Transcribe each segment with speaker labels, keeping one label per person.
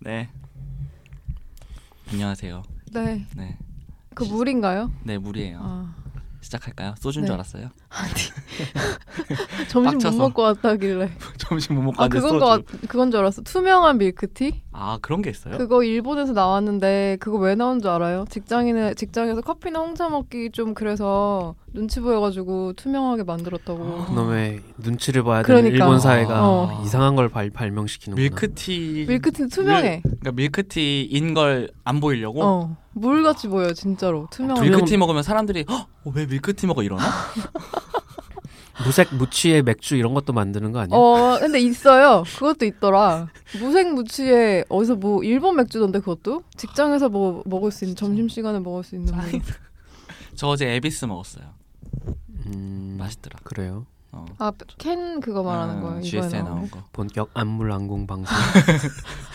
Speaker 1: 네. 안녕하세요.
Speaker 2: 네.
Speaker 1: 네.
Speaker 2: 그 물인가요?
Speaker 1: 네, 물이에요.
Speaker 2: 아.
Speaker 1: 시작할까요? 소주인 줄
Speaker 2: 네.
Speaker 1: 알았어요.
Speaker 2: 아. 점심
Speaker 1: 빡쳐서.
Speaker 2: 못 먹고 왔다길래.
Speaker 1: 점심 못 먹고
Speaker 2: 아,
Speaker 1: 왔는데
Speaker 2: 그건
Speaker 1: 소주.
Speaker 2: 거 같, 그건 줄 알았어. 투명한 밀크티?
Speaker 1: 아, 그런 게 있어요?
Speaker 2: 그거 일본에서 나왔는데 그거 왜 나온 줄 알아요? 직장인의 직장에서 커피나 홍차 먹기 좀 그래서 눈치 보여가지고 투명하게 만들었다고.
Speaker 3: 아, 그놈의 눈치를 봐야 되는
Speaker 2: 어. 그러니까.
Speaker 3: 일본 사회가
Speaker 1: 어.
Speaker 3: 이상한 걸 발,
Speaker 1: 그
Speaker 3: 발명시키는
Speaker 1: 밀크티
Speaker 2: 밀크티는 투명해.
Speaker 1: 그러니까 밀크티인 걸 안 보이려고
Speaker 2: 어. 물같이 보여 진짜로 투명한.
Speaker 3: 투명-
Speaker 1: 밀크티 먹으면 사람들이 "헉, 어, 왜 밀크티 먹어 이러나?
Speaker 3: 무색 무취의 맥주 이런 것도 만드는 거 아니야?
Speaker 2: 어 근데 있어요. 그것도 있더라. 무색무취에 어디서 뭐 일본 맥주던데 그것도 직장에서 뭐 먹을 수 있는 점심 시간에 먹을 수 있는. 뭐.
Speaker 1: 저 어제 에비스 먹었어요.
Speaker 3: 음,
Speaker 1: 맛있더라.
Speaker 3: 그래요.
Speaker 1: 어.
Speaker 2: 아캔 그거 말하는
Speaker 1: 아,
Speaker 2: 거예요. 이번에
Speaker 1: GS에
Speaker 2: 나온
Speaker 1: 나온 거.
Speaker 3: 본격 안물 항공 방송.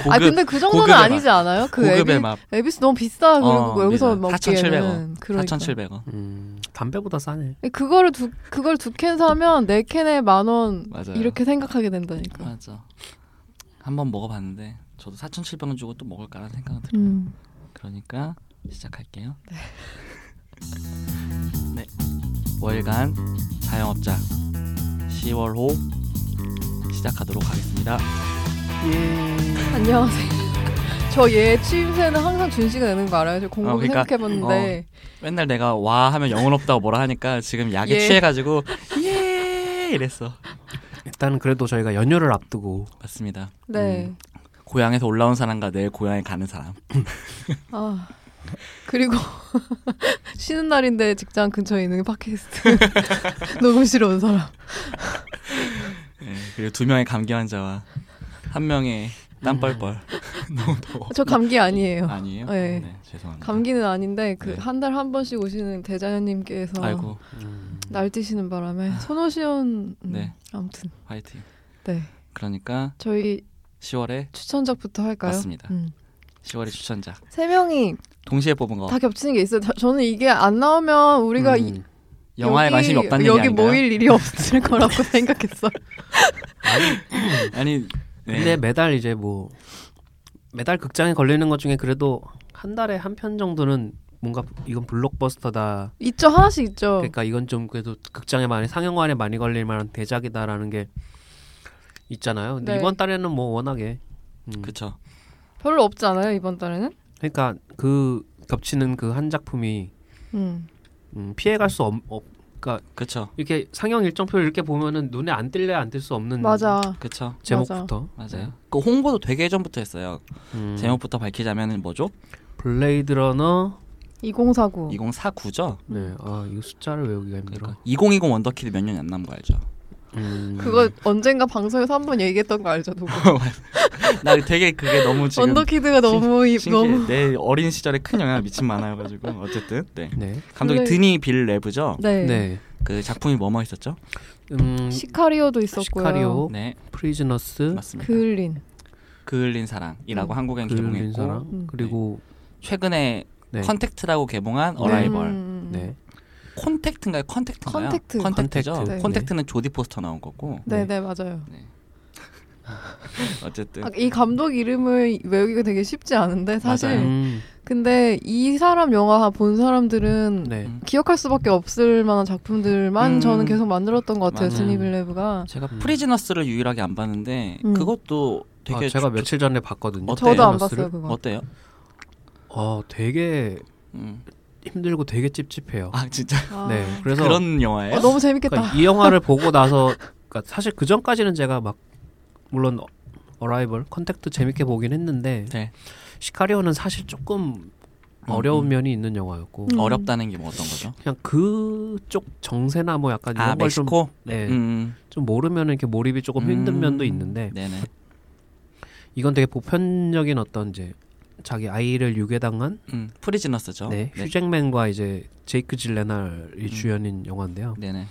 Speaker 1: 고급
Speaker 2: 아 근데 그 정도는
Speaker 1: 고급의 맛.
Speaker 2: 아니지 않아요? 그
Speaker 1: 고급의
Speaker 2: 에비,
Speaker 1: 맛.
Speaker 2: 에비스 너무 비싸 그리고 뭐
Speaker 1: 어,
Speaker 2: 여기서
Speaker 1: 비싸.
Speaker 2: 먹기에는
Speaker 1: 4,700원.
Speaker 2: 그러니까.
Speaker 1: 4,700원.
Speaker 3: 음, 담배보다 싸네.
Speaker 2: 그거를 두 그걸 두 캔 사면 네 캔에 만 원
Speaker 1: 맞아요.
Speaker 2: 이렇게 생각하게 된다니까.
Speaker 1: 맞아. 한번 먹어봤는데 저도 4,700원 주고 또 먹을까라는 생각은 들어요.
Speaker 2: 음.
Speaker 1: 그러니까 시작할게요. 네. 월간 자영업자 10월호 시작하도록 하겠습니다.
Speaker 3: 예.
Speaker 2: 안녕하세요. 저 얘 취임새는 항상 준씨가 내는 거 알아요? 저 곰곰이
Speaker 1: 어, 그러니까,
Speaker 2: 생각해봤는데
Speaker 1: 맨날 내가 와 하면 영혼 없다고 뭐라 하니까 지금 약에
Speaker 2: 예.
Speaker 1: 취해가지고 예 이랬어.
Speaker 3: 일단 그래도 저희가 연휴를 앞두고
Speaker 1: 맞습니다.
Speaker 2: 네.
Speaker 1: 음. 고향에서 올라온 사람과 내일 고향에 가는 사람.
Speaker 2: 아 그리고 쉬는 날인데 직장 근처에 있는 팟캐스트 녹음실에 온 사람.
Speaker 1: 예, 그리고 두 명의 감기 환자와 한 명의
Speaker 2: 음.
Speaker 1: 땀 뻘뻘. 너무 더워.
Speaker 2: 저 감기 아니에요.
Speaker 1: 아니에요?
Speaker 2: 네.
Speaker 1: 죄송합니다.
Speaker 2: 감기는 아닌데 그
Speaker 1: 네.
Speaker 2: 한 달 한 번씩 오시는 대자연님께서
Speaker 1: 아이고 아.
Speaker 3: 음,
Speaker 2: 날뛰시는 바람에 손오시온 음,
Speaker 1: 네.
Speaker 2: 아무튼
Speaker 1: 화이팅.
Speaker 2: 네
Speaker 1: 그러니까
Speaker 2: 저희
Speaker 1: 10월에
Speaker 2: 추천작부터 할까요?
Speaker 1: 맞습니다.
Speaker 2: 음.
Speaker 1: 10월의 추천작
Speaker 2: 세 명이
Speaker 1: 동시에 뽑은 거
Speaker 2: 다 겹치는 게 있어요. 저- 저는 이게 안 나오면 우리가 이-
Speaker 3: 음.
Speaker 1: 영화에
Speaker 2: 여기,
Speaker 1: 관심이 없다는
Speaker 2: 여기
Speaker 1: 얘기 아닌가요?
Speaker 2: 모일 일이 없을 거라고 생각했어.
Speaker 1: 아니 네.
Speaker 3: 근데 매달 이제 뭐 매달 극장에 걸리는 것 중에 그래도 한 달에 한 편 정도는 뭔가 이건 블록버스터다.
Speaker 2: 있죠 하나씩 있죠.
Speaker 3: 그러니까 이건 좀 그래도 극장에 많이 상영관에 많이 걸릴 만한 대작이다라는 게 있잖아요. 근데
Speaker 2: 네.
Speaker 3: 이번 달에는 뭐 워낙에 음,
Speaker 1: 그쵸
Speaker 2: 별로 없지 않아요 이번 달에는?
Speaker 3: 그러니까 그 겹치는 그 한 작품이
Speaker 2: 음.
Speaker 3: 음, 피해갈 수 없, 없 그러니까
Speaker 1: 그쵸
Speaker 3: 이렇게 상영 일정표를 이렇게 보면은 눈에 안 띌래 안 띌 수
Speaker 1: 음.
Speaker 3: 없는
Speaker 2: 맞아.
Speaker 1: 그쵸
Speaker 3: 제목부터 네.
Speaker 1: 맞아요 그 홍보도 되게 예전부터 했어요
Speaker 3: 음,
Speaker 1: 제목부터 밝히자면 뭐죠?
Speaker 3: 블레이드 러너
Speaker 2: 2049.
Speaker 1: 2049죠?
Speaker 3: 네,
Speaker 2: 음.
Speaker 3: 아 이거 숫자를 외우기가 힘들어.
Speaker 1: 그러니까 2020 원더키드 몇 년이 안 남은 거 알죠?
Speaker 3: 음,
Speaker 2: 그거 언젠가 방송에서 한 번 얘기했던 거 알죠? 누구?
Speaker 1: 나 되게 그게 너무 지금
Speaker 2: 언더키드가 너무 이-
Speaker 1: 신기해
Speaker 2: 너무
Speaker 1: 내 어린 시절에 큰 영향을 미친 만화여가지고 어쨌든 네
Speaker 3: 네,
Speaker 1: 감독이
Speaker 2: 블레-
Speaker 1: 드니 빌 레브죠?
Speaker 2: 네.
Speaker 3: 네,
Speaker 1: 그 작품이 뭐뭐 있었죠?
Speaker 3: 음,
Speaker 2: 시카리오도 있었고요.
Speaker 3: 시카리오,
Speaker 1: 네
Speaker 3: 프리즈너스,
Speaker 1: 맞습니다
Speaker 2: 그을린.
Speaker 1: 그을린 사랑이라고 한국엔
Speaker 3: 그을린
Speaker 1: 개봉했고
Speaker 3: 사람,
Speaker 2: 음.
Speaker 3: 그리고
Speaker 1: 최근에
Speaker 3: 네,
Speaker 1: 컨택트라고 개봉한
Speaker 3: 네.
Speaker 1: 어라이벌
Speaker 2: 음,
Speaker 3: 네,
Speaker 1: 콘택트인가요? 컨택트인가요?
Speaker 2: 컨택트.
Speaker 1: 컨택트죠.
Speaker 3: 컨택트.
Speaker 2: 네.
Speaker 1: 컨택트는 조디 포스터 나온 거고
Speaker 2: 네, 네, 맞아요.
Speaker 1: 어쨌든
Speaker 2: 아, 이 감독 이름을 외우기가 되게 쉽지 않은데 사실
Speaker 1: 맞아요.
Speaker 3: 음,
Speaker 2: 근데 이 사람 영화 본 사람들은
Speaker 3: 네.
Speaker 2: 기억할 수밖에 없을 만한 작품들만
Speaker 1: 음.
Speaker 2: 저는 계속 만들었던 것 같아요.
Speaker 1: 맞아요.
Speaker 2: 드니 빌레브가
Speaker 1: 제가
Speaker 3: 음.
Speaker 1: 프리즈너스를 유일하게 안 봤는데
Speaker 2: 음.
Speaker 1: 그것도 되게
Speaker 3: 아, 제가
Speaker 1: 좋-
Speaker 3: 며칠 전에 봤거든요.
Speaker 1: 어때요?
Speaker 2: 저도 안
Speaker 3: 보너스를?
Speaker 2: 봤어요 그거.
Speaker 1: 어때요?
Speaker 3: 어, 되게
Speaker 1: 음.
Speaker 3: 힘들고 되게 찝찝해요.
Speaker 1: 아 진짜
Speaker 2: 아.
Speaker 3: 네, 어. 그래서
Speaker 1: 그런 영화예요?
Speaker 2: 어, 너무 재밌겠다.
Speaker 3: 그러니까 이 영화를 보고 나서 그러니까 사실 그 전까지는 제가 막 물론 어- 어라이벌 컨택트 재밌게 보긴 했는데
Speaker 1: 네.
Speaker 3: 시카리오는 사실 조금
Speaker 1: 음,
Speaker 3: 어려운
Speaker 1: 음.
Speaker 3: 면이 있는 영화였고
Speaker 2: 음.
Speaker 1: 어렵다는 게 뭐 어떤 거죠?
Speaker 3: 그냥 그쪽 정세나 뭐 약간 이런
Speaker 1: 아
Speaker 3: 걸 좀
Speaker 1: 멕시코.
Speaker 3: 네,
Speaker 1: 음.
Speaker 3: 좀 모르면 이렇게 몰입이 조금 힘든
Speaker 1: 음.
Speaker 3: 면도 있는데
Speaker 1: 네네.
Speaker 3: 이건 되게 보편적인 어떤 이제 자기 아이를 유괴당한
Speaker 1: 음. 프리즈너스죠.
Speaker 3: 네, 휴잭맨과 이제 제이크 질레날이
Speaker 1: 음.
Speaker 3: 주연인 영화인데요.
Speaker 1: 네. 네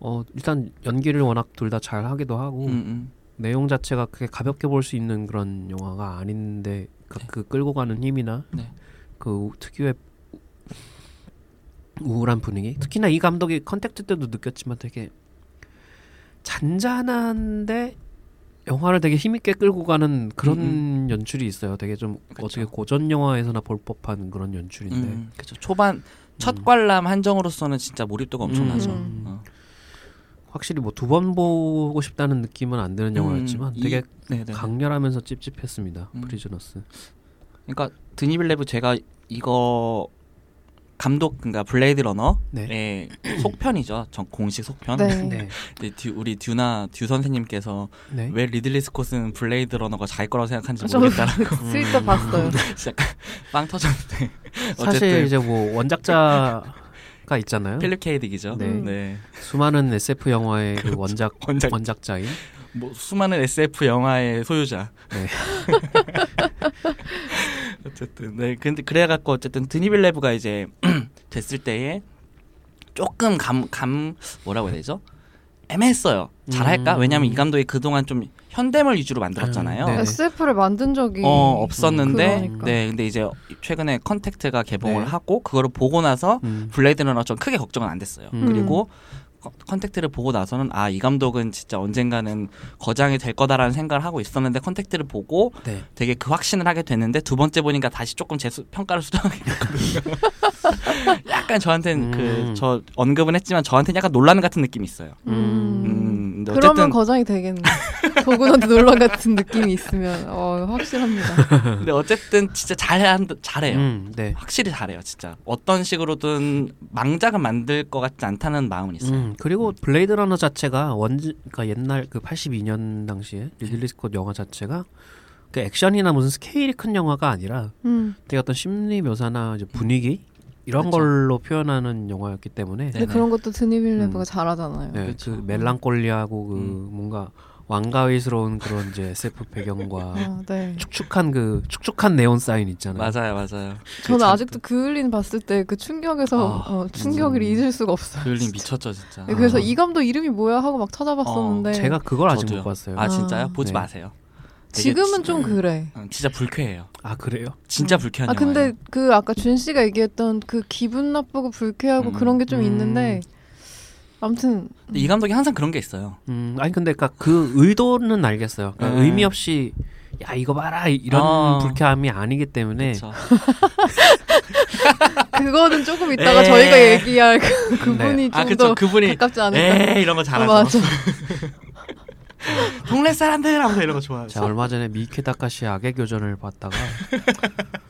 Speaker 3: 어 일단 연기를 워낙 둘 다 잘하기도 하고
Speaker 1: 음, 음.
Speaker 3: 내용 자체가 그게 가볍게 볼 수 있는 그런 영화가 아닌데 그,
Speaker 1: 네.
Speaker 3: 그 끌고 가는 힘이나
Speaker 1: 네.
Speaker 3: 그 우- 특유의 우울한 분위기 특히나 이 감독이 컨택트 때도 느꼈지만 되게 잔잔한데 영화를 되게 힘있게 끌고 가는 그런
Speaker 1: 음,
Speaker 3: 연출이 있어요. 되게 좀
Speaker 1: 그쵸.
Speaker 3: 어떻게 고전 영화에서나 볼 법한 그런 연출인데.
Speaker 1: 음, 그쵸. 초반 첫 관람 한정으로서는 진짜 몰입도가 엄청나죠.
Speaker 3: 음.
Speaker 1: 어.
Speaker 3: 확실히 뭐 두 번 보고 싶다는 느낌은 안 드는 영화였지만
Speaker 1: 음,
Speaker 3: 되게
Speaker 1: 이- 네네.
Speaker 3: 강렬하면서 찝찝했습니다.
Speaker 1: 음.
Speaker 3: 프리즈너스.
Speaker 1: 그러니까 드니빌레브 제가 이거 감독 그러니까 블레이드 러너의 예, 속편이죠. 전 공식 속편.
Speaker 2: 네.
Speaker 3: 네.
Speaker 1: 근데 듀- 우리 듀나 듀 선생님께서
Speaker 3: 네.
Speaker 1: 왜 리들리 스콧은 블레이드 러너가 자기 거라고 생각하는지
Speaker 2: 저도
Speaker 1: 모르겠다라고
Speaker 2: 스위터 봤어요.
Speaker 1: 진짜 빵 터졌는데
Speaker 3: 사실
Speaker 1: 어쨌든
Speaker 3: 이제 뭐 원작자가 있잖아요.
Speaker 1: 필립 케이딕이죠.
Speaker 3: 네.
Speaker 1: 네.
Speaker 3: 수많은 SF 영화의 그 원작
Speaker 1: 그렇죠. 원작-
Speaker 3: 원작자인
Speaker 1: 뭐 수많은 SF 영화의 소유자.
Speaker 3: 네.
Speaker 1: 어쨌든 네 근데 그래갖고 어쨌든 드니빌레브가 이제 됐을 때에 조금 감 감 뭐라고 해야 되죠? 애매했어요. 잘할까?
Speaker 3: 음.
Speaker 1: 왜냐면 이 감독이 그동안 좀 현대물 위주로 만들었잖아요.
Speaker 3: 네.
Speaker 2: SF를 만든 적이
Speaker 1: 어 없었는데
Speaker 2: 음. 그러니까.
Speaker 1: 네 근데 이제 최근에 컨택트가 개봉을
Speaker 3: 네. 하고
Speaker 1: 하고 그거를 보고 나서
Speaker 3: 음.
Speaker 1: 블레이드 러너 좀 크게 걱정은 안 됐어요.
Speaker 3: 음.
Speaker 1: 그리고 컨- 컨택트를 보고 나서는 아 이 감독은 진짜 언젠가는 거장이 될 거다라는 생각을 하고 있었는데 컨택트를 보고
Speaker 3: 네.
Speaker 1: 되게 그 확신을 하게 됐는데 두 번째 보니까 다시 조금 제 수- 평가를 수정하게 됐거든요. 약간 저한테는
Speaker 3: 음.
Speaker 1: 그 저 언급은 했지만 저한테는 약간 논란 같은 느낌이 있어요.
Speaker 2: 음.
Speaker 1: 음, 근데
Speaker 2: 그러면
Speaker 1: 어쨌든
Speaker 2: 거장이 되겠네. 도구넌트 논란 같은 느낌이 있으면 어 확실합니다.
Speaker 1: 근데 어쨌든 진짜 잘한 잘해요.
Speaker 3: 음, 네.
Speaker 1: 확실히 잘해요, 진짜. 어떤 식으로든 망작은 만들 것 같지 않다는 마음은 있어요.
Speaker 3: 음, 그리고 블레이드 러너 자체가 원지 그러니까 옛날 그 82년 당시에 리들리 스콧 영화 자체가 그 액션이나 무슨 스케일이 큰 영화가 아니라
Speaker 2: 음.
Speaker 3: 되게 어떤 심리 묘사나 이제 분위기
Speaker 1: 음.
Speaker 3: 이런
Speaker 1: 그쵸.
Speaker 3: 걸로 표현하는 영화였기 때문에
Speaker 1: 네.
Speaker 2: 근데 그런 것도 드니빌레브가
Speaker 3: 음.
Speaker 2: 잘하잖아요.
Speaker 3: 네, 그
Speaker 1: 그쵸.
Speaker 3: 멜랑콜리하고 그
Speaker 1: 음.
Speaker 3: 뭔가 왕가위스러운 그런 이제 SF 배경과
Speaker 2: 아, 네.
Speaker 3: 축축한 그 축축한 네온 사인 있잖아요.
Speaker 1: 맞아요, 맞아요.
Speaker 2: 음. 저는
Speaker 3: 참-
Speaker 2: 아직도 그을린 봤을 때 그 충격에서
Speaker 3: 아,
Speaker 2: 어, 충격을
Speaker 3: 음.
Speaker 2: 잊을 수가 없어요.
Speaker 1: 그을린
Speaker 2: 진짜.
Speaker 1: 미쳤죠, 진짜.
Speaker 2: 네, 그래서
Speaker 3: 아. 어,
Speaker 2: 이 감독 이름이 뭐야 하고 막 찾아봤었는데
Speaker 3: 제가 그걸 아직
Speaker 1: 저도요.
Speaker 3: 못 봤어요.
Speaker 1: 아
Speaker 3: 아,
Speaker 1: 진짜요?
Speaker 2: 아.
Speaker 1: 보지
Speaker 3: 네.
Speaker 1: 마세요. 되게
Speaker 2: 지금은 좀 그래.
Speaker 1: 음, 진짜 불쾌해요.
Speaker 3: 아, 그래요?
Speaker 1: 진짜 불쾌한
Speaker 2: 아 근데
Speaker 1: 영화예요.
Speaker 2: 그 아까 준 씨가 얘기했던 그 기분 나쁘고 불쾌하고
Speaker 1: 음.
Speaker 2: 그런 게 좀
Speaker 3: 음.
Speaker 2: 있는데 아무튼
Speaker 1: 근데 이 감독이 항상 그런 게 있어요.
Speaker 3: 음, 아니 근데 그니까 그 의도는 알겠어요. 그러니까
Speaker 1: 네.
Speaker 3: 의미 없이 야 이거 봐라 이- 이런
Speaker 1: 아.
Speaker 3: 불쾌함이 아니기 때문에
Speaker 1: 그쵸?
Speaker 2: 그거는 조금 이따가
Speaker 1: 에이.
Speaker 2: 저희가 얘기할 그,
Speaker 3: 네.
Speaker 2: 그분이
Speaker 1: 아
Speaker 2: 좀
Speaker 1: 그쵸
Speaker 2: 더
Speaker 1: 그분이
Speaker 2: 가깝지 않을까.
Speaker 1: 에 이런 거
Speaker 2: 아,
Speaker 1: 잘하죠.
Speaker 2: 맞아.
Speaker 1: 동네 사람들 하면서 이런 거 좋아하죠.
Speaker 3: 자 얼마 전에 미키 다카시 악의 교전을 봤다가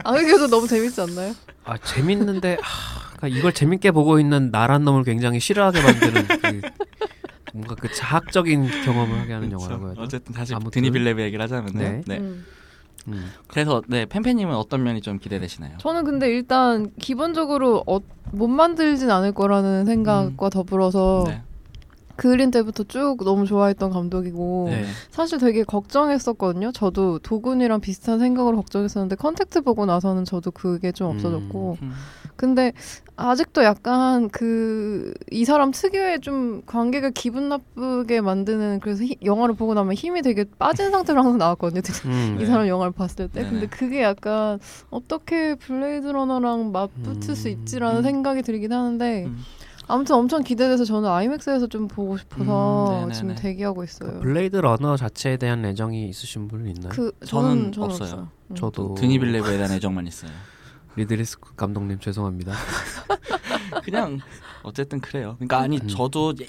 Speaker 2: 아 그래도 너무 재밌지 않나요?
Speaker 3: 아 재밌는데 아, 그러니까 이걸 재밌게 보고 있는 나란 놈을 굉장히 싫어하게 만드는 그, 뭔가 그 자학적인 경험을 하게 하는
Speaker 1: 그쵸.
Speaker 3: 영화라고 해야 되나?
Speaker 1: 어쨌든 다시
Speaker 3: 아무튼.
Speaker 1: 드니빌레브 얘기를 하자면 네.
Speaker 3: 네.
Speaker 1: 네.
Speaker 2: 음.
Speaker 3: 음.
Speaker 1: 그래서 네 팬팬님은 어떤 면이 좀 기대되시나요?
Speaker 2: 저는 근데 일단 기본적으로 어, 못 만들진 않을 거라는 생각과 더불어서
Speaker 1: 네.
Speaker 2: 그을린 때부터 쭉 너무 좋아했던 감독이고
Speaker 1: 네.
Speaker 2: 사실 되게 걱정했었거든요. 저도 도군이랑 비슷한 생각으로 걱정했었는데 컨택트 보고 나서는 저도 그게 좀 없어졌고
Speaker 1: 음.
Speaker 2: 근데 아직도 약간 그 이 사람 특유의 좀 관계가 기분 나쁘게 만드는 그래서 히- 영화를 보고 나면 힘이 되게 빠진 상태로 항상 나왔거든요.
Speaker 3: 음.
Speaker 1: 네.
Speaker 2: 이 사람 영화를 봤을 때
Speaker 1: 네네.
Speaker 2: 근데 그게 약간 어떻게 블레이드 러너랑 맞붙을 수
Speaker 3: 음.
Speaker 2: 있지라는
Speaker 1: 음.
Speaker 2: 생각이 들긴 하는데
Speaker 1: 음.
Speaker 2: 아무튼 엄청 기대돼서 저는 아이맥스에서 좀 보고 싶어서
Speaker 1: 음, 네네네.
Speaker 2: 지금 대기하고 있어요.
Speaker 3: 그 블레이드 러너 자체에 대한 애정이 있으신 분 있나요?
Speaker 2: 그
Speaker 1: 저는
Speaker 2: 저는 저는
Speaker 1: 없어요.
Speaker 2: 없어요. 음.
Speaker 3: 저도
Speaker 1: 드니빌레브에 대한 애정만 있어요.
Speaker 3: 리들리 스콧 감독님 죄송합니다.
Speaker 1: 그냥 어쨌든 그래요. 그러니까 아니
Speaker 3: 음.
Speaker 1: 저도 예-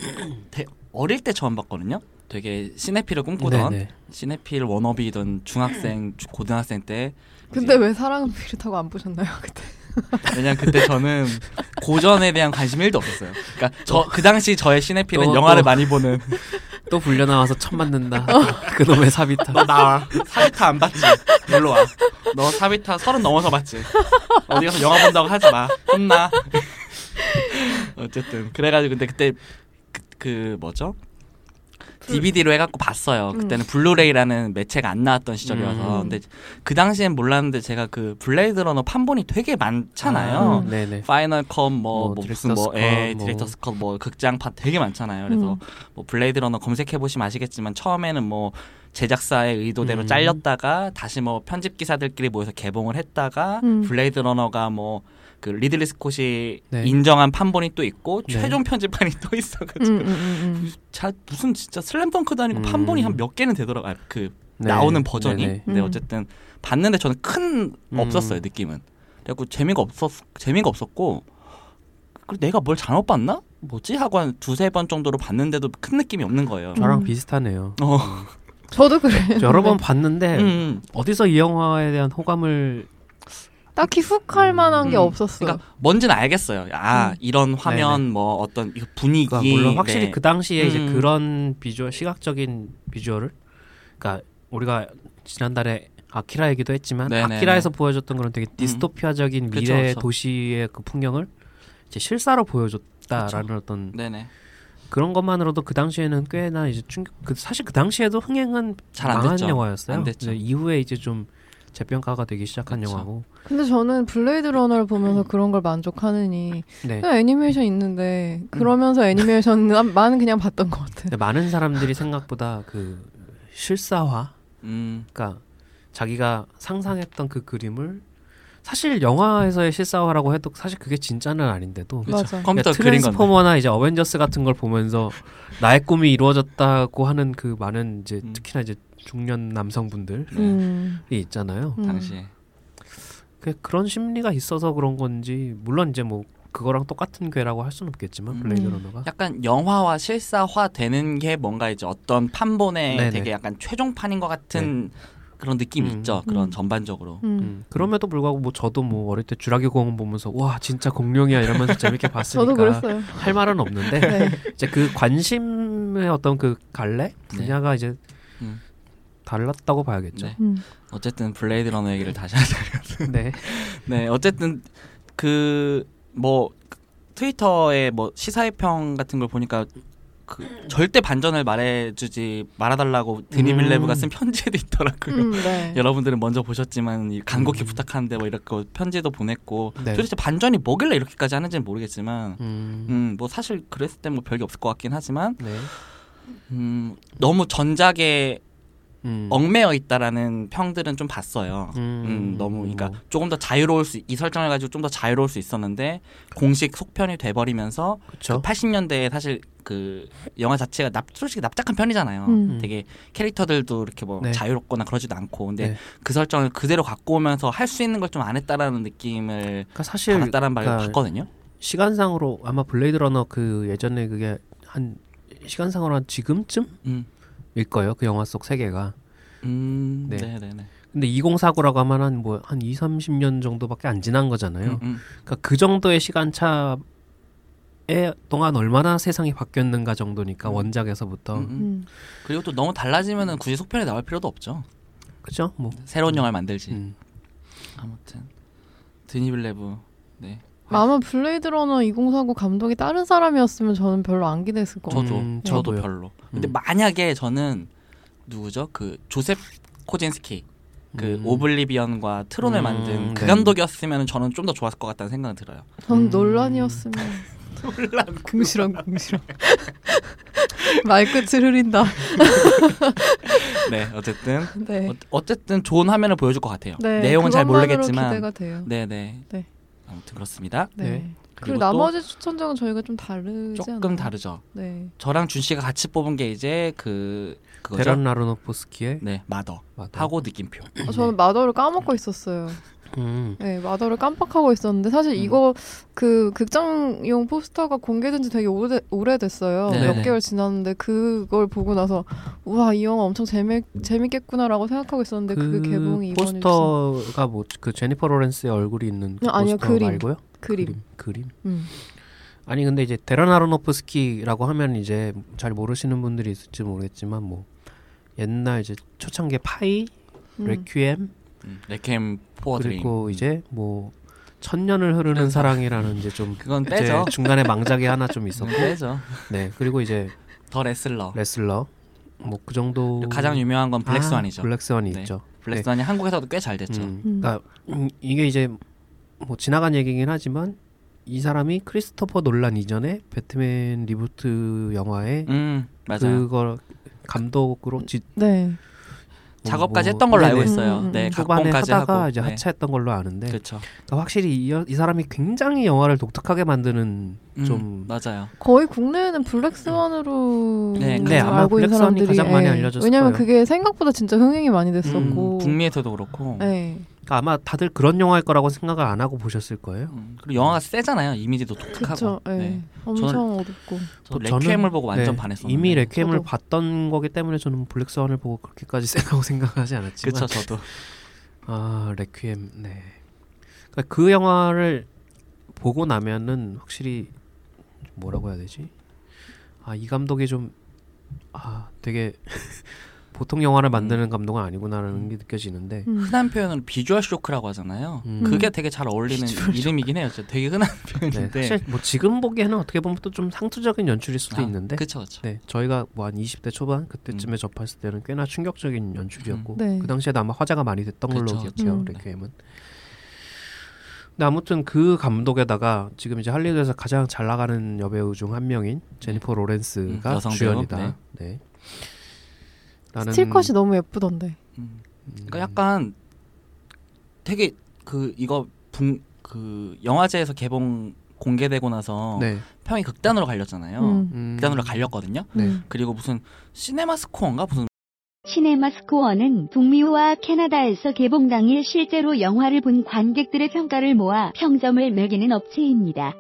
Speaker 1: 대- 어릴 때 처음 봤거든요. 되게 시네필을 꿈꾸던
Speaker 3: 네네.
Speaker 1: 시네필 워너비던 중학생 주- 고등학생 때
Speaker 2: 근데
Speaker 1: 이제-
Speaker 2: 왜 사랑은 비릿하고 안 보셨나요 그때?
Speaker 1: 왜냐면 그때 저는 고전에 대한 관심 1도 없었어요. 그러니까 저 그 당시 저의 시네필은
Speaker 3: 또-
Speaker 1: 영화를
Speaker 3: 또-
Speaker 1: 많이 보는
Speaker 3: 또 불려 나와서 첫 맞는다.
Speaker 2: 어.
Speaker 3: 그놈의 사비타.
Speaker 1: 너 나와 사비타 안 봤지? 놀러 와. 너 사비타 서른 넘어서 봤지? 어디 가서 영화 본다고 하지 마. 혼나. 어쨌든 그래가지고 근데 그때 그, 그 뭐죠? DVD로 해갖고 봤어요. 그때는 블루레이라는 매체가 안 나왔던 시절이어서.
Speaker 2: 음.
Speaker 1: 근데 그 당시엔 몰랐는데 제가 그 블레이드 러너 판본이 되게 많잖아요.
Speaker 2: 음.
Speaker 3: 네네.
Speaker 1: 파이널 컴뭐
Speaker 3: 뭐
Speaker 1: 뭐 무슨
Speaker 3: 디렉터스
Speaker 1: 뭐 에,
Speaker 3: 컷, 뭐.
Speaker 1: 디렉터스 컷뭐 극장판 되게 많잖아요. 그래서
Speaker 2: 음.
Speaker 1: 뭐 블레이드 러너 검색해 보시면 아시겠지만 처음에는 뭐 제작사의 의도대로
Speaker 3: 음.
Speaker 1: 잘렸다가 다시 뭐 편집 기사들끼리 모여서 개봉을 했다가
Speaker 2: 음.
Speaker 1: 블레이드 러너가 뭐 그 리들리 스콧이
Speaker 3: 네.
Speaker 1: 인정한 판본이 또 있고
Speaker 3: 네.
Speaker 1: 최종 편집판이 또 있어가지고
Speaker 2: 음, 음, 음,
Speaker 1: 자, 무슨 진짜 슬램덩크도 아니고
Speaker 3: 음.
Speaker 1: 판본이 한 몇 개는 되더라고요. 그
Speaker 3: 네.
Speaker 1: 나오는 버전이.
Speaker 3: 네네.
Speaker 1: 근데
Speaker 2: 음.
Speaker 1: 어쨌든 봤는데 저는 큰
Speaker 3: 음.
Speaker 1: 없었어요 느낌은. 그래갖고 재미가 없었 재미가 없었고 그 내가 뭘 잘못 봤나? 뭐지 하고 한 두세 번 정도로 봤는데도 큰 느낌이 없는 거예요.
Speaker 3: 저랑
Speaker 2: 음.
Speaker 3: 비슷하네요.
Speaker 1: 어,
Speaker 2: 음. 저도 그래요.
Speaker 3: 저 여러 번 봤는데
Speaker 1: 음.
Speaker 3: 어디서 이 영화에 대한 호감을
Speaker 2: 딱히 훅 할 만한 게
Speaker 1: 음.
Speaker 2: 없었어. 요
Speaker 1: 그러니까 뭔지는 알겠어요. 아
Speaker 2: 음.
Speaker 1: 이런 화면 뭐 어떤 이거 분위기
Speaker 3: 그러니까 물론 확실히
Speaker 1: 네.
Speaker 3: 그 당시에 이제
Speaker 1: 음.
Speaker 3: 그런 비주얼 시각적인 비주얼을 그러니까 우리가 지난달에 아키라 얘기도 했지만
Speaker 1: 네네네. 음.
Speaker 3: 아키라에서 보여줬던 그런 되게 디스토피아적인
Speaker 1: 그쵸,
Speaker 3: 미래
Speaker 1: 그쵸.
Speaker 3: 도시의 그 풍경을 이제 실사로 보여줬다라는 어떤
Speaker 1: 네네
Speaker 3: 그런 것만으로도 그 당시에는 꽤나 이제 충격 그 사실 그 당시에도 흥행은
Speaker 1: 잘안
Speaker 3: 망한
Speaker 1: 됐죠.
Speaker 3: 영화였어요.
Speaker 1: 안 됐죠.
Speaker 3: 이제 이후에 이제 좀 재평가가 되기 시작한
Speaker 1: 그쵸.
Speaker 3: 영화고
Speaker 2: 근데 저는 블레이드 러너를 보면서 그런 걸 만족하느니
Speaker 3: 네.
Speaker 2: 그냥 애니메이션 있는데
Speaker 1: 음.
Speaker 2: 그러면서 애니메이션만 그냥 봤던 것 같아.
Speaker 3: 근데 많은 사람들이 생각보다 그 실사화
Speaker 1: 음
Speaker 3: 그러니까 자기가 상상했던 그 그림을 사실 영화에서의 실사화라고 해도 사실 그게 진짜는 아닌데도
Speaker 1: 그쵸.
Speaker 2: 맞아.
Speaker 1: 음. 컴퓨터
Speaker 3: 그러니까
Speaker 1: 그린 건데
Speaker 3: 트랜스포머나 이제 어벤져스 같은 걸 보면서 나의 꿈이 이루어졌다고 하는 그 많은 이제
Speaker 1: 음.
Speaker 3: 특히나 이제 중년 남성분들이
Speaker 1: 네,
Speaker 2: 음,
Speaker 3: 있잖아요.
Speaker 2: 음.
Speaker 1: 당시에
Speaker 3: 그 그런 심리가 있어서 그런 건지 물론 이제 뭐 그거랑 똑같은 괴라고 할 수는 없겠지만
Speaker 1: 음.
Speaker 3: 블레이드 러너가
Speaker 1: 약간 영화와 실사화 되는 게 뭔가 이제 어떤 판본의
Speaker 3: 네네. 네.
Speaker 1: 되게 약간 최종판인 것 같은 그런 느낌 이
Speaker 3: 음.
Speaker 1: 있죠. 그런
Speaker 2: 음.
Speaker 1: 전반적으로.
Speaker 2: 음.
Speaker 3: 음. 그럼에도 불구하고 뭐 저도 뭐 어릴 때 주라기 공원 보면서 와 진짜 공룡이야 이러면서 재밌게 봤으니까
Speaker 2: 저도 그랬어요.
Speaker 3: 할 말은 없는데
Speaker 2: 네.
Speaker 3: 이제 그 관심의 어떤 그 갈래 분야가 이제
Speaker 1: 네. 음.
Speaker 3: 달랐다고 봐야겠죠.
Speaker 1: 네.
Speaker 2: 음.
Speaker 1: 어쨌든 블레이드 러너 얘기를 다시 하자.
Speaker 3: 네.
Speaker 1: 네, 어쨌든 그 뭐 트위터에 뭐 시사회평 같은 걸 보니까 그 절대 반전을 말해주지 말아달라고 드니
Speaker 3: 음.
Speaker 1: 밀레브가 쓴 편지도 있더라고요.
Speaker 2: 음, 네.
Speaker 1: 여러분들은 먼저 보셨지만 이 간곡히
Speaker 3: 음.
Speaker 1: 부탁하는데 뭐 이렇게 편지도 보냈고
Speaker 3: 네.
Speaker 1: 도대체 반전이 뭐길래 이렇게까지 하는지는 모르겠지만
Speaker 3: 음.
Speaker 1: 음 뭐 사실 그랬을 때 뭐 별게 없을 것 같긴 하지만
Speaker 3: 네.
Speaker 1: 음 너무 전작에
Speaker 3: 음.
Speaker 1: 얽매여 있다라는 평들은 좀 봤어요. 음, 너무 그러니까 조금 더 자유로울 수 이 설정을 가지고 좀 더 자유로울 수 있었는데 공식 속편이 돼버리면서
Speaker 3: 그렇죠.
Speaker 1: 80년대에 사실 그 영화 자체가 납, 솔직히 납작한 편이잖아요.
Speaker 2: 음.
Speaker 1: 되게 캐릭터들도 이렇게 뭐
Speaker 3: 네.
Speaker 1: 자유롭거나 그러지도 않고 근데
Speaker 3: 네.
Speaker 1: 그 설정을 그대로 갖고 오면서 할 수 있는 걸 좀 안 했다라는 느낌을
Speaker 3: 그러니까 사실
Speaker 1: 받았다라는 말을
Speaker 3: 그러니까
Speaker 1: 봤거든요.
Speaker 3: 시간상으로 아마 블레이드 러너 그 예전에 그게 한 시간상으로 한 지금쯤일
Speaker 1: 음,
Speaker 3: 거예요. 그 영화 속 세계가.
Speaker 1: 음,
Speaker 3: 네.
Speaker 1: 네, 네, 네.
Speaker 3: 근데 2049라고 하면 한 뭐 한 2, 30년 정도밖에 안 지난 거잖아요.
Speaker 1: 음, 음.
Speaker 3: 그러니까 그 정도의 시간차에 동안 얼마나 세상이 바뀌었는가 정도니까
Speaker 1: 음.
Speaker 3: 원작에서부터
Speaker 1: 음, 음.
Speaker 2: 음.
Speaker 1: 그리고 또 너무 달라지면은 굳이 속편에 나올 필요도 없죠.
Speaker 3: 그죠? 뭐
Speaker 1: 새로운 영화를 만들지.
Speaker 3: 음.
Speaker 1: 아무튼 드니빌레브 네.
Speaker 2: 아마 블레이드 러너 2049 감독이 다른 사람이었으면 저는 별로 안 기대했을 것 같아요.
Speaker 1: 저도
Speaker 3: 음,
Speaker 1: 저도
Speaker 3: 저도요.
Speaker 1: 별로. 근데
Speaker 3: 음.
Speaker 1: 만약에 저는 누구죠? 그 조셉 코진스키 그
Speaker 3: 음.
Speaker 1: 오블리비언과 트론을
Speaker 3: 음,
Speaker 1: 만든 그
Speaker 3: 네.
Speaker 1: 감독이었으면 저는 좀 더 좋았을 것 같다는 생각은 들어요.
Speaker 2: 저는
Speaker 3: 음.
Speaker 2: 논란이었으면 궁시렁 궁시렁 말끝을 흐린다.
Speaker 1: 네, 어쨌든
Speaker 2: 네.
Speaker 1: 어, 어쨌든 좋은 화면을 보여줄 것 같아요.
Speaker 2: 네,
Speaker 1: 내용은 잘
Speaker 2: 그것만으로
Speaker 1: 모르겠지만,
Speaker 2: 기대가 돼요.
Speaker 1: 네, 네,
Speaker 2: 네.
Speaker 1: 아무튼 그렇습니다.
Speaker 2: 네.
Speaker 3: 네.
Speaker 2: 그리고,
Speaker 1: 또
Speaker 2: 나머지 추천작은 저희가 좀 다르지
Speaker 1: 조금
Speaker 2: 않나요?
Speaker 1: 다르죠.
Speaker 2: 네.
Speaker 1: 저랑 준 씨가 같이 뽑은 게 이제 그 그거죠.
Speaker 3: 데란 라로노포스키의
Speaker 1: 네, 마더
Speaker 3: 마더.
Speaker 1: 하고 느낌표.
Speaker 2: 어, 저는 마더를 까먹고 있었어요.
Speaker 3: 음.
Speaker 2: 네, 마더를 깜빡하고 있었는데 사실 이거 그 극장용 포스터가 공개된 지 되게 오래, 오래됐어요.
Speaker 1: 네,
Speaker 2: 몇
Speaker 1: 네.
Speaker 2: 개월 지났는데 그걸 보고 나서 우와 이 영화 엄청 재미, 재밌겠구나라고 생각하고 있었는데 그, 게 개봉이 이번에
Speaker 3: 포스터가 뭐 그 제니퍼 로렌스의 얼굴이 있는 그
Speaker 2: 아니요,
Speaker 3: 포스터
Speaker 2: 그림.
Speaker 3: 말고요?
Speaker 2: 그림.
Speaker 3: 그림. 그림.
Speaker 2: 음.
Speaker 3: 아니 근데 이제 데란 아로노프스키라고 하면 이제 잘 모르시는 분들이 있을지 모르겠지만 뭐 옛날 이제 초창기 파이,
Speaker 2: 음.
Speaker 3: 레퀴엠
Speaker 1: 음, 레켐 포어드림.
Speaker 3: 그리고 이제 뭐 천년을 흐르는 사랑이라는 이제 좀
Speaker 1: 그건
Speaker 3: 이제
Speaker 1: 빼죠. 네.
Speaker 3: 중간에 망작이 하나 좀 네. 있었고
Speaker 1: 빼죠.
Speaker 3: 네 그리고 이제
Speaker 1: 더 레슬러.
Speaker 3: 레슬러 뭐 그 정도
Speaker 1: 어. 가장 유명한 건 블랙스완이죠.
Speaker 3: 아, 블랙스완이
Speaker 1: 네.
Speaker 3: 있죠.
Speaker 1: 블랙스완이 한국에서도 꽤 잘 됐죠.
Speaker 3: 음,
Speaker 2: 음.
Speaker 3: 그러니까 음, 이게 이제 뭐 지나간 얘기긴 하지만 이 사람이 크리스토퍼 놀란 이전에 배트맨 리부트 영화의
Speaker 1: 음, 맞아요.
Speaker 3: 그걸 감독으로 지,
Speaker 2: 네.
Speaker 1: 작업까지 했던 걸로 알고
Speaker 3: 네네.
Speaker 1: 있어요.
Speaker 2: 음,
Speaker 1: 네,
Speaker 2: 음.
Speaker 3: 초반에
Speaker 1: 각본까지
Speaker 3: 하다가
Speaker 1: 하고.
Speaker 3: 이제
Speaker 1: 네.
Speaker 3: 하차했던 걸로 아는데
Speaker 1: 그렇죠.
Speaker 3: 그러니까 확실히 이, 여- 이 사람이 굉장히 영화를 독특하게 만드는
Speaker 1: 음,
Speaker 3: 좀-
Speaker 1: 맞아요.
Speaker 2: 거의 국내에는 블랙스완으로
Speaker 1: 네,
Speaker 2: 좀
Speaker 1: 네,
Speaker 3: 아마
Speaker 2: 알고 있는
Speaker 3: 블랙스완이
Speaker 2: 사람들이
Speaker 3: 가장 많이 알려졌을
Speaker 2: 왜냐면
Speaker 3: 거예요.
Speaker 2: 그게 생각보다 진짜 흥행이 많이
Speaker 1: 음,
Speaker 2: 됐었고.
Speaker 1: 북미에서도 그렇고.
Speaker 2: 네.
Speaker 3: 그러니까 아마 다들 그런 영화일 거라고 생각을 안 하고 보셨을 거예요.
Speaker 1: 음, 그리고 영화가 세잖아요. 이미지도 독특하고.
Speaker 2: 그쵸. 네.
Speaker 1: 네.
Speaker 2: 엄청 어둡고.
Speaker 1: 저
Speaker 3: 또 저는-
Speaker 1: 레퀴엠을 보고 완전
Speaker 3: 네,
Speaker 1: 반했었는데.
Speaker 3: 이미 레퀴엠을
Speaker 2: 저도.
Speaker 3: 봤던 거기 때문에 저는 블랙스완을 보고 그렇게까지 세다고 생각하지 않았지만
Speaker 1: 그쵸 저도.
Speaker 3: 아 레퀴엠 네. 그러니까 그 영화를 보고 나면은 확실히 뭐라고 해야 되지? 아 이 감독이 좀 아 되게 보통 영화를 만드는 감독은 아니구나라는 게 느껴지는데
Speaker 2: 음.
Speaker 1: 흔한 표현으로 비주얼 쇼크라고 하잖아요.
Speaker 3: 음.
Speaker 1: 그게 되게 잘 어울리는
Speaker 3: 비주얼
Speaker 1: 이름이긴 해요. 진짜 되게 흔한
Speaker 3: 네,
Speaker 1: 표현인데.
Speaker 3: 사실 뭐 지금 보기에는 어떻게 보면 또 좀 상투적인 연출일
Speaker 1: 아.
Speaker 3: 수도 있는데
Speaker 1: 그쵸 그쵸.
Speaker 3: 네, 저희가 뭐 한 20대 초반
Speaker 1: 음.
Speaker 3: 그때쯤에 접했을 때는 꽤나 충격적인 연출이었고
Speaker 2: 음. 네.
Speaker 3: 그 당시에도 아마 화제가 많이 됐던 걸로
Speaker 1: 그쵸.
Speaker 3: 기억해요.
Speaker 2: 음.
Speaker 3: 레퀴엠은. 근데 아무튼 그 감독에다가 지금 이제 할리우드에서 가장 잘 나가는 여배우 중 한 명인 제니퍼
Speaker 1: 음,
Speaker 3: 로렌스가
Speaker 1: 여성 배우,
Speaker 3: 주연이다.
Speaker 1: 네.
Speaker 3: 네. 라는-
Speaker 2: 스틸컷이 너무 예쁘던데.
Speaker 1: 음.
Speaker 3: 음,
Speaker 1: 그러니까 약간 되게 그 이거 분, 그 영화제에서 개봉 공개되고 나서
Speaker 3: 네.
Speaker 1: 평이 극단으로 갈렸잖아요.
Speaker 2: 음.
Speaker 3: 음.
Speaker 1: 극단으로 어, 그 갈렸거든요.
Speaker 3: 네.
Speaker 2: 음.
Speaker 1: 그리고 무슨 시네마스코어인가 무슨
Speaker 4: 시네마스코어는 북미와 캐나다에서 개봉 당일 실제로 영화를 본 관객들의 평가를 모아 평점을 매기는 업체입니다.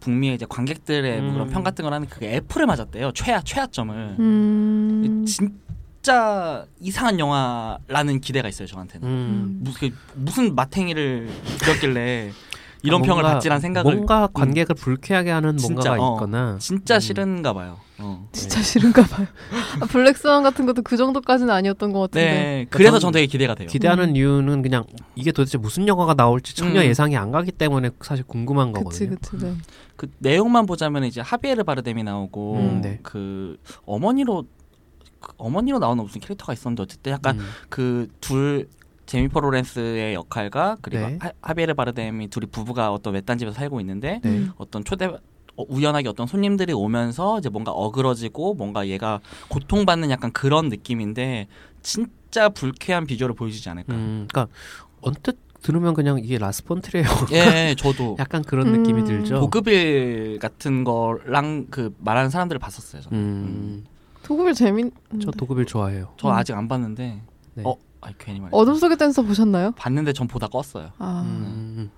Speaker 1: 북미의 이제 관객들의 뭐 그런
Speaker 3: 음.
Speaker 1: 평 같은 걸 하는 그게 F를 맞았대요. 최하 최하점을.
Speaker 2: 음.
Speaker 1: 진짜 이상한 영화라는 기대가 있어요 저한테는.
Speaker 3: 음.
Speaker 1: 무슨 그 무슨 마탱이를 부렸길래 이런
Speaker 3: 아, 뭔가-
Speaker 1: 평을 받지란 생각을 음.
Speaker 3: 뭔가 관객을 불쾌하게 하는
Speaker 1: 진짜,
Speaker 3: 뭔가가
Speaker 1: 어.
Speaker 3: 있거나
Speaker 1: 진짜
Speaker 3: 음.
Speaker 1: 싫은가 봐요. 어.
Speaker 2: 진짜 싫은가 봐요. 아, 블랙스완 같은 것도 그 정도까지는 아니었던 것 같은데.
Speaker 1: 네, 그래서
Speaker 3: 그러니까 저는
Speaker 1: 전 되게 기대가 돼요.
Speaker 3: 기대하는
Speaker 2: 음.
Speaker 3: 이유는 그냥 이게 도대체 무슨 영화가 나올지 전혀
Speaker 1: 음.
Speaker 3: 예상이 안 가기 때문에 사실 궁금한
Speaker 2: 그치
Speaker 3: 거거든요. 음.
Speaker 2: 그치. 네.
Speaker 1: 그 내용만 보자면 이제 하비에르 바르뎀이 나오고
Speaker 2: 음,
Speaker 3: 네.
Speaker 1: 그 어머니로 그 어머니로 나오는 무슨 캐릭터가 있었는데 어쨌든 약간
Speaker 3: 음.
Speaker 1: 그 둘 제니퍼 로렌스의 역할과 그리고
Speaker 3: 네.
Speaker 1: 하, 하비에르 바르뎀이 둘이 부부가 어떤 외딴 집에서 살고 있는데
Speaker 3: 네.
Speaker 2: 음.
Speaker 1: 어떤 초대 어, 우연하게 어떤 손님들이 오면서 이제 뭔가 어그러지고 뭔가 얘가 고통받는 약간 그런 느낌인데 진짜 불쾌한 비주얼을 보여주지 않을까.
Speaker 3: 음, 그러니까 언뜻 들으면 그냥 이게 라스폰트레요.
Speaker 1: 예, 저도
Speaker 3: 약간 그런
Speaker 2: 음.
Speaker 3: 느낌이 들죠.
Speaker 1: 보급일 같은 거랑 그 말하는 사람들을 봤었어요. 저는.
Speaker 3: 음,
Speaker 2: 도구별 음. 재밌.
Speaker 3: 저 도급일 좋아해요.
Speaker 1: 저
Speaker 2: 음.
Speaker 1: 아직 안 봤는데.
Speaker 3: 네.
Speaker 1: 어, 아 괜히 말했다.
Speaker 2: 어둠 속의 댄서 보셨나요?
Speaker 1: 봤는데 전 보다 껐어요.
Speaker 2: 아.
Speaker 3: 음,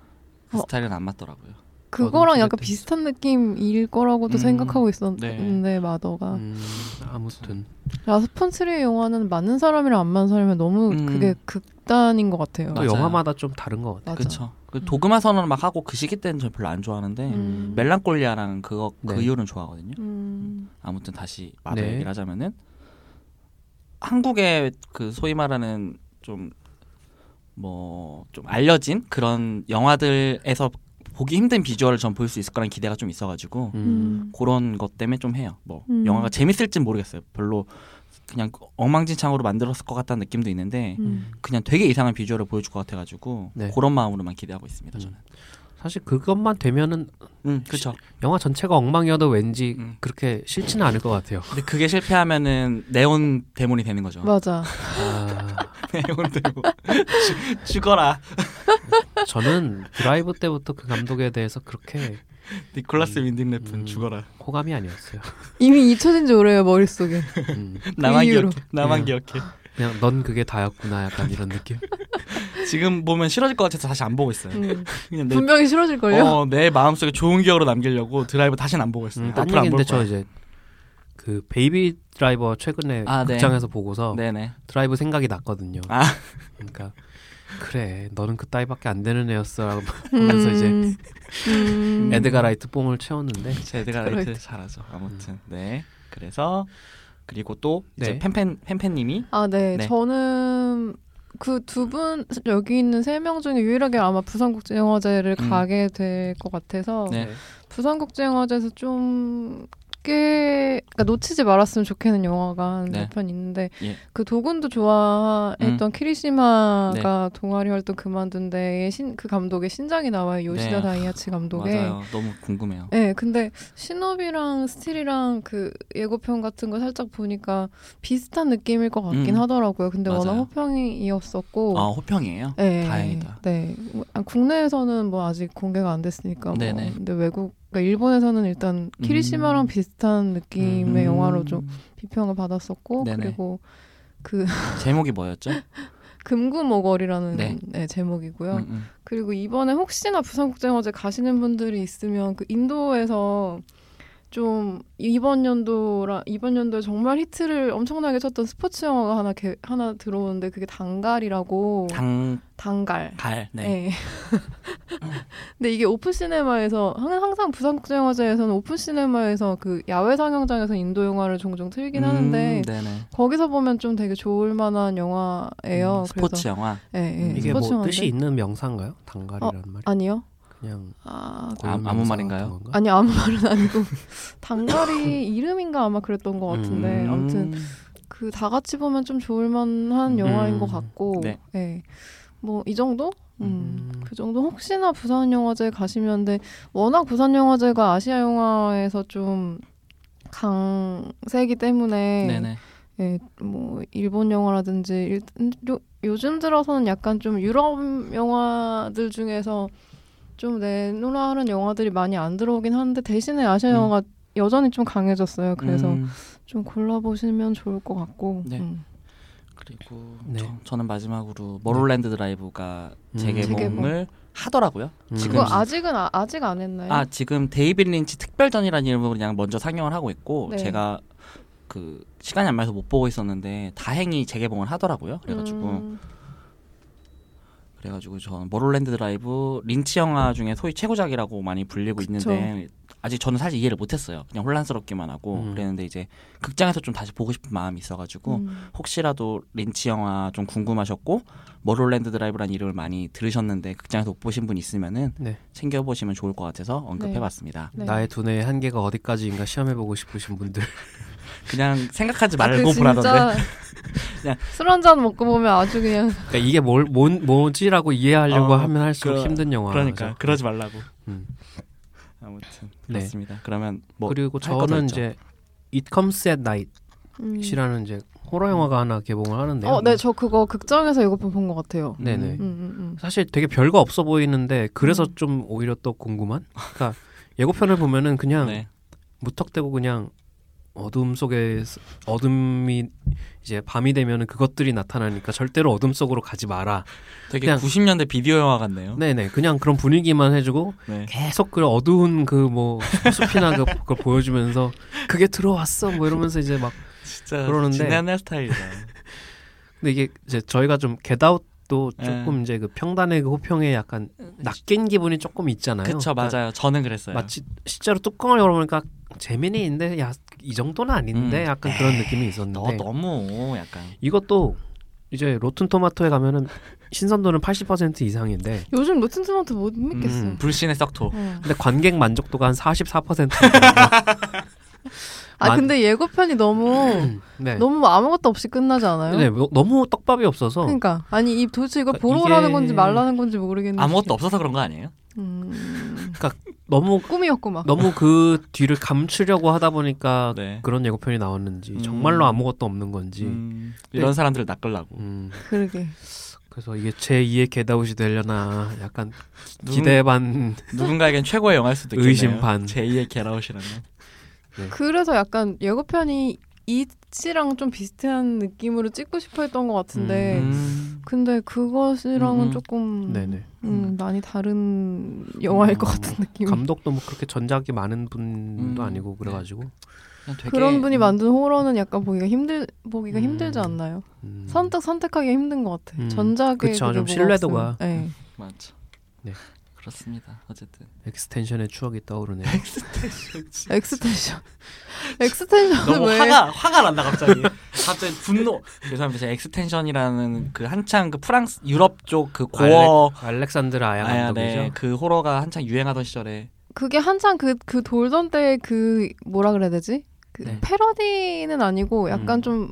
Speaker 1: 그
Speaker 2: 어.
Speaker 1: 스타일은 안 맞더라고요.
Speaker 2: 그거랑
Speaker 3: 어둠
Speaker 2: 약간
Speaker 3: 속의 네.
Speaker 2: 비슷한 느낌일 거라고도
Speaker 1: 음,
Speaker 2: 생각하고 있었는데 마더가
Speaker 3: 음, 아무튼
Speaker 2: 라스폰스리의 영화는 맞는 사람이랑 안 맞는 사람이 너무
Speaker 1: 음.
Speaker 2: 그게 극단인 것 같아요.
Speaker 3: 또
Speaker 1: 맞아요.
Speaker 3: 영화마다 좀 다른 것 같아요.
Speaker 2: 맞아.
Speaker 1: 그렇죠. 그 도그마 선언 막 하고 그 시기 때는 저 별로 안 좋아하는데
Speaker 2: 음.
Speaker 1: 멜랑콜리아랑 그거 그
Speaker 3: 네.
Speaker 1: 이유는 좋아하거든요.
Speaker 2: 음.
Speaker 1: 아무튼 다시 마더
Speaker 3: 네.
Speaker 1: 얘기를 하자면은 한국의 그 소위 말하는 좀 뭐 좀 알려진 그런 영화들에서 보기 힘든 비주얼을 전 볼 수 있을 거라는 기대가 좀 있어가지고
Speaker 3: 음,
Speaker 1: 그런 것 때문에 좀 해요. 뭐
Speaker 2: 음.
Speaker 1: 영화가 재밌을진 모르겠어요. 별로 그냥 엉망진창으로 만들었을 것 같다는 느낌도 있는데
Speaker 2: 음.
Speaker 1: 그냥 되게 이상한 비주얼을 보여줄 것 같아가지고
Speaker 3: 네.
Speaker 1: 그런 마음으로만 기대하고 있습니다.
Speaker 3: 음.
Speaker 1: 저는.
Speaker 3: 사실 그것만 되면은
Speaker 1: 음, 그렇죠.
Speaker 3: 영화 전체가 엉망이어도 왠지
Speaker 1: 음.
Speaker 3: 그렇게 싫지는 않을 것 같아요.
Speaker 1: 근데 그게 실패하면은 네온 데몬이 되는 거죠.
Speaker 2: 맞아.
Speaker 3: 아,
Speaker 1: 네온 데몬 죽- 죽어라.
Speaker 3: 저는 드라이브 때부터 그 감독에 대해서 그렇게
Speaker 1: 니콜라스 윈딩 랩은
Speaker 3: 음.
Speaker 1: 죽어라.
Speaker 3: 호감이 아니었어요.
Speaker 2: 이미 잊혀진 지 오래요 머릿속에.
Speaker 3: 음,
Speaker 1: 나만
Speaker 2: 그 이유로.
Speaker 1: 기억해. 나만
Speaker 3: 그냥.
Speaker 1: 기억해.
Speaker 3: 그냥 넌 그게 다였구나 약간 이런 느낌.
Speaker 1: 지금 보면 싫어질 것 같아서 다시 안 보고 있어요.
Speaker 2: 음.
Speaker 3: 네.
Speaker 1: 그냥 내,
Speaker 2: 분명히 싫어질 걸요.
Speaker 1: 어, 내 마음속에 좋은 기억으로 남기려고 드라이브 다시는 안 보고 있어요.
Speaker 3: 음, 딴
Speaker 1: 앞으로 안볼
Speaker 3: 얘기인데 저
Speaker 1: 거야.
Speaker 3: 이제 그 베이비 드라이버 최근에
Speaker 1: 아, 네.
Speaker 3: 극장에서 보고서
Speaker 1: 네네.
Speaker 3: 드라이브 생각이 났거든요.
Speaker 1: 아.
Speaker 3: 그러니까 그래 너는 그 따위밖에 안 되는 애였어라고
Speaker 2: 음.
Speaker 3: 하면서 이제
Speaker 2: 음.
Speaker 3: 에드가 라이트 뽕을 채웠는데
Speaker 1: 제드가
Speaker 2: 그럴 음.
Speaker 1: 라이트 잘하죠. 아무튼 네. 그래서 그리고 또 이제
Speaker 3: 네.
Speaker 1: 팬팬 팬팬님이
Speaker 2: 아, 네.
Speaker 1: 네.
Speaker 2: 저는 그 두 분 여기 있는 세 명 중에 유일하게 아마 부산국제영화제를
Speaker 1: 음.
Speaker 2: 가게 될 것 같아서
Speaker 1: 네.
Speaker 2: 부산국제영화제에서 좀 꽤 그러니까 놓치지 말았으면 좋겠는 영화가
Speaker 1: 네.
Speaker 2: 몇 편 있는데
Speaker 1: 예. 음.
Speaker 2: 그 도군도 좋아했던 키리시마가
Speaker 1: 네.
Speaker 2: 동아리 활동 그만둔 데에 신, 그 감독의 신작이 나와요 요시다
Speaker 1: 네.
Speaker 2: 다이아치 감독의
Speaker 1: 맞아요. 너무 궁금해요.
Speaker 2: 네, 근데 신업이랑 스틸이랑 그 예고편 같은 거 살짝 보니까 비슷한 느낌일 것 같긴
Speaker 1: 음.
Speaker 2: 하더라고요. 근데 워낙
Speaker 1: 맞아요.
Speaker 2: 호평이었었고.
Speaker 1: 아 호평이에요.
Speaker 2: 뭐. 네,
Speaker 1: 다행이다.
Speaker 2: 네, 뭐, 아, 국내에서는 뭐 아직 공개가 안 됐으니까. 뭐.
Speaker 1: 네네.
Speaker 2: 근데 외국, 그러니까 일본에서는 일단 키리시마랑
Speaker 1: 음.
Speaker 2: 비슷한 느낌의
Speaker 1: 음.
Speaker 2: 네, 영화로 좀 비평을 받았었고,
Speaker 1: 네네.
Speaker 2: 그리고 그
Speaker 1: 제목이 뭐였죠?
Speaker 2: 네. 금구목걸이라는
Speaker 1: 네.
Speaker 2: 네, 제목이고요.
Speaker 1: 음, 음.
Speaker 2: 그리고 이번에 혹시나 부산국제영화제 가시는 분들이 있으면 그 인도에서 좀 이번 연도라 이번 연도에 정말 히트를 엄청나게 쳤던 스포츠 영화가 하나 개, 하나 들어오는데 그게 단갈이라고
Speaker 1: 당갈.
Speaker 2: 단갈.
Speaker 1: 네.
Speaker 2: 네. 근데 이게 오픈 시네마에서 항- 항상 부산국제영화제에서는 오픈 시네마에서 그 야외 상영장에서 인도 영화를 종종 틀긴 하는데
Speaker 1: 음, 네네.
Speaker 2: 거기서 보면 좀 되게 좋을 만한 영화예요.
Speaker 1: 음, 스포츠 영화.
Speaker 2: 그래서, 예, 예,
Speaker 3: 이게
Speaker 2: 스포츠
Speaker 3: 뭐
Speaker 2: 영화인데.
Speaker 3: 뜻이 있는 명사인가요? 단갈이라는 말이
Speaker 2: 아니요.
Speaker 3: 그냥
Speaker 2: 아
Speaker 1: 어, 아,
Speaker 3: 고유
Speaker 1: 아무
Speaker 3: 명사
Speaker 1: 말인가요?
Speaker 3: 같은 건가?
Speaker 2: 아니 아무 말은 아니고 단갈이 이름인가 아마 그랬던 것 같은데
Speaker 1: 음.
Speaker 2: 네, 아무튼 그 다 같이 보면 좀 좋을만한
Speaker 3: 음.
Speaker 2: 영화인 것 같고
Speaker 1: 네.
Speaker 2: 뭐 이 정도 음.
Speaker 3: 음.
Speaker 2: 그 정도 혹시나 부산 영화제 가시면 근데 워낙 부산 영화제가 아시아 영화에서 좀 강세기 때문에
Speaker 1: 네네.
Speaker 2: 예, 뭐 일본 영화라든지 일, 음, 요, 요즘 들어서는 약간 좀 유럽 영화들 중에서 좀 내놓으라 하는 영화들이 많이 안 들어오긴 하는데 대신에 아시아
Speaker 1: 음.
Speaker 2: 영화가 여전히 좀 강해졌어요. 그래서
Speaker 1: 음,
Speaker 2: 좀 골라보시면 좋을 것 같고.
Speaker 1: 네.
Speaker 2: 음.
Speaker 1: 그리고
Speaker 3: 네.
Speaker 1: 저, 저는 마지막으로 머롤랜드 드라이브가
Speaker 3: 음.
Speaker 1: 재개봉을
Speaker 2: 뭐.
Speaker 1: 하더라고요.
Speaker 3: 음.
Speaker 1: 지금
Speaker 2: 그거 아직은 아, 아직 안 했나요?
Speaker 1: 아 지금 데이빗 린치 특별전이라는 이름으로 그냥 먼저 상영을 하고 있고
Speaker 2: 네.
Speaker 1: 제가 그 시간이 안 맞아서 못 보고 있었는데 다행히 재개봉을 하더라고요. 그래가지고
Speaker 2: 음,
Speaker 1: 그래가지고 저는 머롤랜드 드라이브 린치 영화 중에 소위 최고작이라고 많이 불리고 있는데 아직 저는 사실 이해를 못했어요. 그냥 혼란스럽기만 하고
Speaker 3: 음.
Speaker 1: 그랬는데 이제 극장에서 좀 다시 보고 싶은 마음이 있어가지고
Speaker 2: 음.
Speaker 1: 혹시라도 린치 영화 좀 궁금하셨고 머롤랜드 드라이브라는 이름을 많이 들으셨는데 극장에서 못 보신 분 있으면은
Speaker 3: 네.
Speaker 1: 챙겨보시면 좋을 것 같아서 언급해봤습니다.
Speaker 2: 네.
Speaker 3: 나의 두뇌의 한계가 어디까지인가 시험해보고 싶으신 분들
Speaker 1: 그냥 생각하지
Speaker 2: 아, 그
Speaker 1: 말고 보라던데.
Speaker 2: 진짜
Speaker 1: 그냥-
Speaker 2: 술 한 잔 먹고 보면 아주 그냥
Speaker 3: 그러니까 이게 뭘, 뭔, 뭐지라고 이해하려고
Speaker 1: 어,
Speaker 3: 하면 할수록
Speaker 1: 그-
Speaker 3: 힘든 영화
Speaker 1: 그러니까 그러지 말라고.
Speaker 3: 음.
Speaker 1: 아무튼
Speaker 3: 네.
Speaker 1: 그렇습니다. 그러면 뭐
Speaker 3: 그리고
Speaker 1: 할거
Speaker 3: 저는
Speaker 1: 더 있죠?
Speaker 3: 이제 It Comes at Night이라는
Speaker 2: 음.
Speaker 3: 이제 호러 영화가 하나 개봉을 하는데요.
Speaker 2: 어, 네, 저 그거 극장에서 예고편 본 것 같아요.
Speaker 3: 네네.
Speaker 2: 음, 음,
Speaker 3: 사실 되게 별거 없어 보이는데 그래서
Speaker 2: 음.
Speaker 3: 좀 오히려 또 궁금한. 그러니까 예고편을 보면은 그냥
Speaker 1: 네.
Speaker 3: 무턱대고 그냥 어둠 속에 어둠이 이제 밤이 되면은 그것들이 나타나니까 절대로 어둠 속으로 가지 마라.
Speaker 1: 되게
Speaker 3: 그냥-
Speaker 1: 90년대 비디오 영화 같네요.
Speaker 3: 네네. 그냥 그런 분위기만 해주고
Speaker 1: 어? 네.
Speaker 3: 계속 그 어두운 그 뭐 숲이나 그- 그걸 보여주면서 그게 들어왔어 뭐 이러면서 이제 막
Speaker 1: 진짜
Speaker 3: 그러는데-
Speaker 1: 진한 내 스타일이다.
Speaker 3: 근데 이게 이제 저희가 좀 겟아웃도
Speaker 1: 예.
Speaker 3: 조금 이제 그 평단의 그 호평에 약간
Speaker 2: 어,
Speaker 3: 낚인 기분이 조금 있잖아요.
Speaker 1: 그쵸
Speaker 3: 그러니까
Speaker 1: 맞아요. 저는 그랬어요.
Speaker 3: 마치 실제로 뚜껑을 열어보니까 재민이인데 야 이 정도는 아닌데
Speaker 1: 음.
Speaker 3: 약간 그런 느낌이 있었는데
Speaker 1: 너 너무 약간
Speaker 3: 이것도 이제 로튼 토마토에 가면은 신선도는 80% 이상인데
Speaker 2: 요즘 로튼토마토 못 믿겠어.
Speaker 3: 음.
Speaker 1: 불신의 썩토.
Speaker 2: 어.
Speaker 3: 근데 관객 만족도가 한 44%.
Speaker 2: 아
Speaker 3: 만-
Speaker 2: 근데 예고편이 너무
Speaker 3: 네.
Speaker 2: 너무 아무것도 없이 끝나지 않아요?
Speaker 3: 네, 뭐- 너무 떡밥이 없어서
Speaker 2: 그러니까 아니 이 도대체 이걸 보러
Speaker 3: 이게-
Speaker 2: 오라는 건지 말라는 건지 모르겠는데
Speaker 1: 아무것도 없어서 그런 거 아니에요?
Speaker 2: 음...
Speaker 3: 너무
Speaker 2: 꿈이었고 막
Speaker 3: 너무 그 뒤를 감추려고 하다 보니까
Speaker 1: 네.
Speaker 3: 그런 예고편이 나왔는지
Speaker 1: 음.
Speaker 3: 정말로 아무것도 없는 건지
Speaker 1: 음, 이런 사람들을 낚으려고.
Speaker 3: 음,
Speaker 2: 그러게
Speaker 3: 그래서 이게 제 2의 겟아웃이 되려나 약간
Speaker 1: 누군-
Speaker 3: 기대 반
Speaker 1: 누군가에겐 최고의 영화일 수도 있겠네요.
Speaker 3: 의심 반.
Speaker 1: 제2의 겟아웃이라는.
Speaker 2: 그래서 약간 예고편이 이치랑 좀 비슷한 느낌으로 찍고 싶어 했던 것 같은데
Speaker 1: 음.
Speaker 2: 근데 그것이랑은
Speaker 1: 음, 음.
Speaker 2: 조금
Speaker 3: 네네.
Speaker 2: 음, 많이 다른 영화일 것
Speaker 3: 음,
Speaker 2: 같은 느낌
Speaker 3: 감독도 뭐 그렇게 전작이 많은 분도
Speaker 1: 음.
Speaker 3: 아니고 그래가지고
Speaker 1: 그냥 되게-
Speaker 2: 그런 분이 만든 호러는 약간 보기가 힘들 보기가
Speaker 3: 음.
Speaker 2: 힘들지 않나요?
Speaker 3: 음,
Speaker 2: 선택 선택하기 힘든 것 같아.
Speaker 3: 음.
Speaker 2: 전작에
Speaker 3: 그쵸,
Speaker 2: 그게
Speaker 3: 좀
Speaker 2: 뭐가
Speaker 3: 신뢰도가. 음.
Speaker 2: 없으면. 네.
Speaker 1: 맞죠.
Speaker 3: 네.
Speaker 1: 그렇습니다. 어쨌든
Speaker 3: 엑스텐션의 추억이 떠오르네요.
Speaker 2: 엑스텐션. 엑스텐션은
Speaker 3: 그
Speaker 1: 너무
Speaker 2: 왜?
Speaker 1: 화가 화가 난다 갑자기. 갑자기 분노. 죄송합니다. 제가 엑스텐션이라는 그 한창 그 프랑스 유럽 쪽 그 고어
Speaker 3: 알렉, 알렉산드라 아야 네.
Speaker 1: 아야,
Speaker 3: 감독이죠.
Speaker 1: 네, 그 호러가 한창 유행하던 시절에
Speaker 2: 그게 한창 그, 그 돌던 때 그 뭐라 그래야 되지? 그
Speaker 1: 네.
Speaker 2: 패러디는 아니고 약간
Speaker 3: 음.
Speaker 2: 좀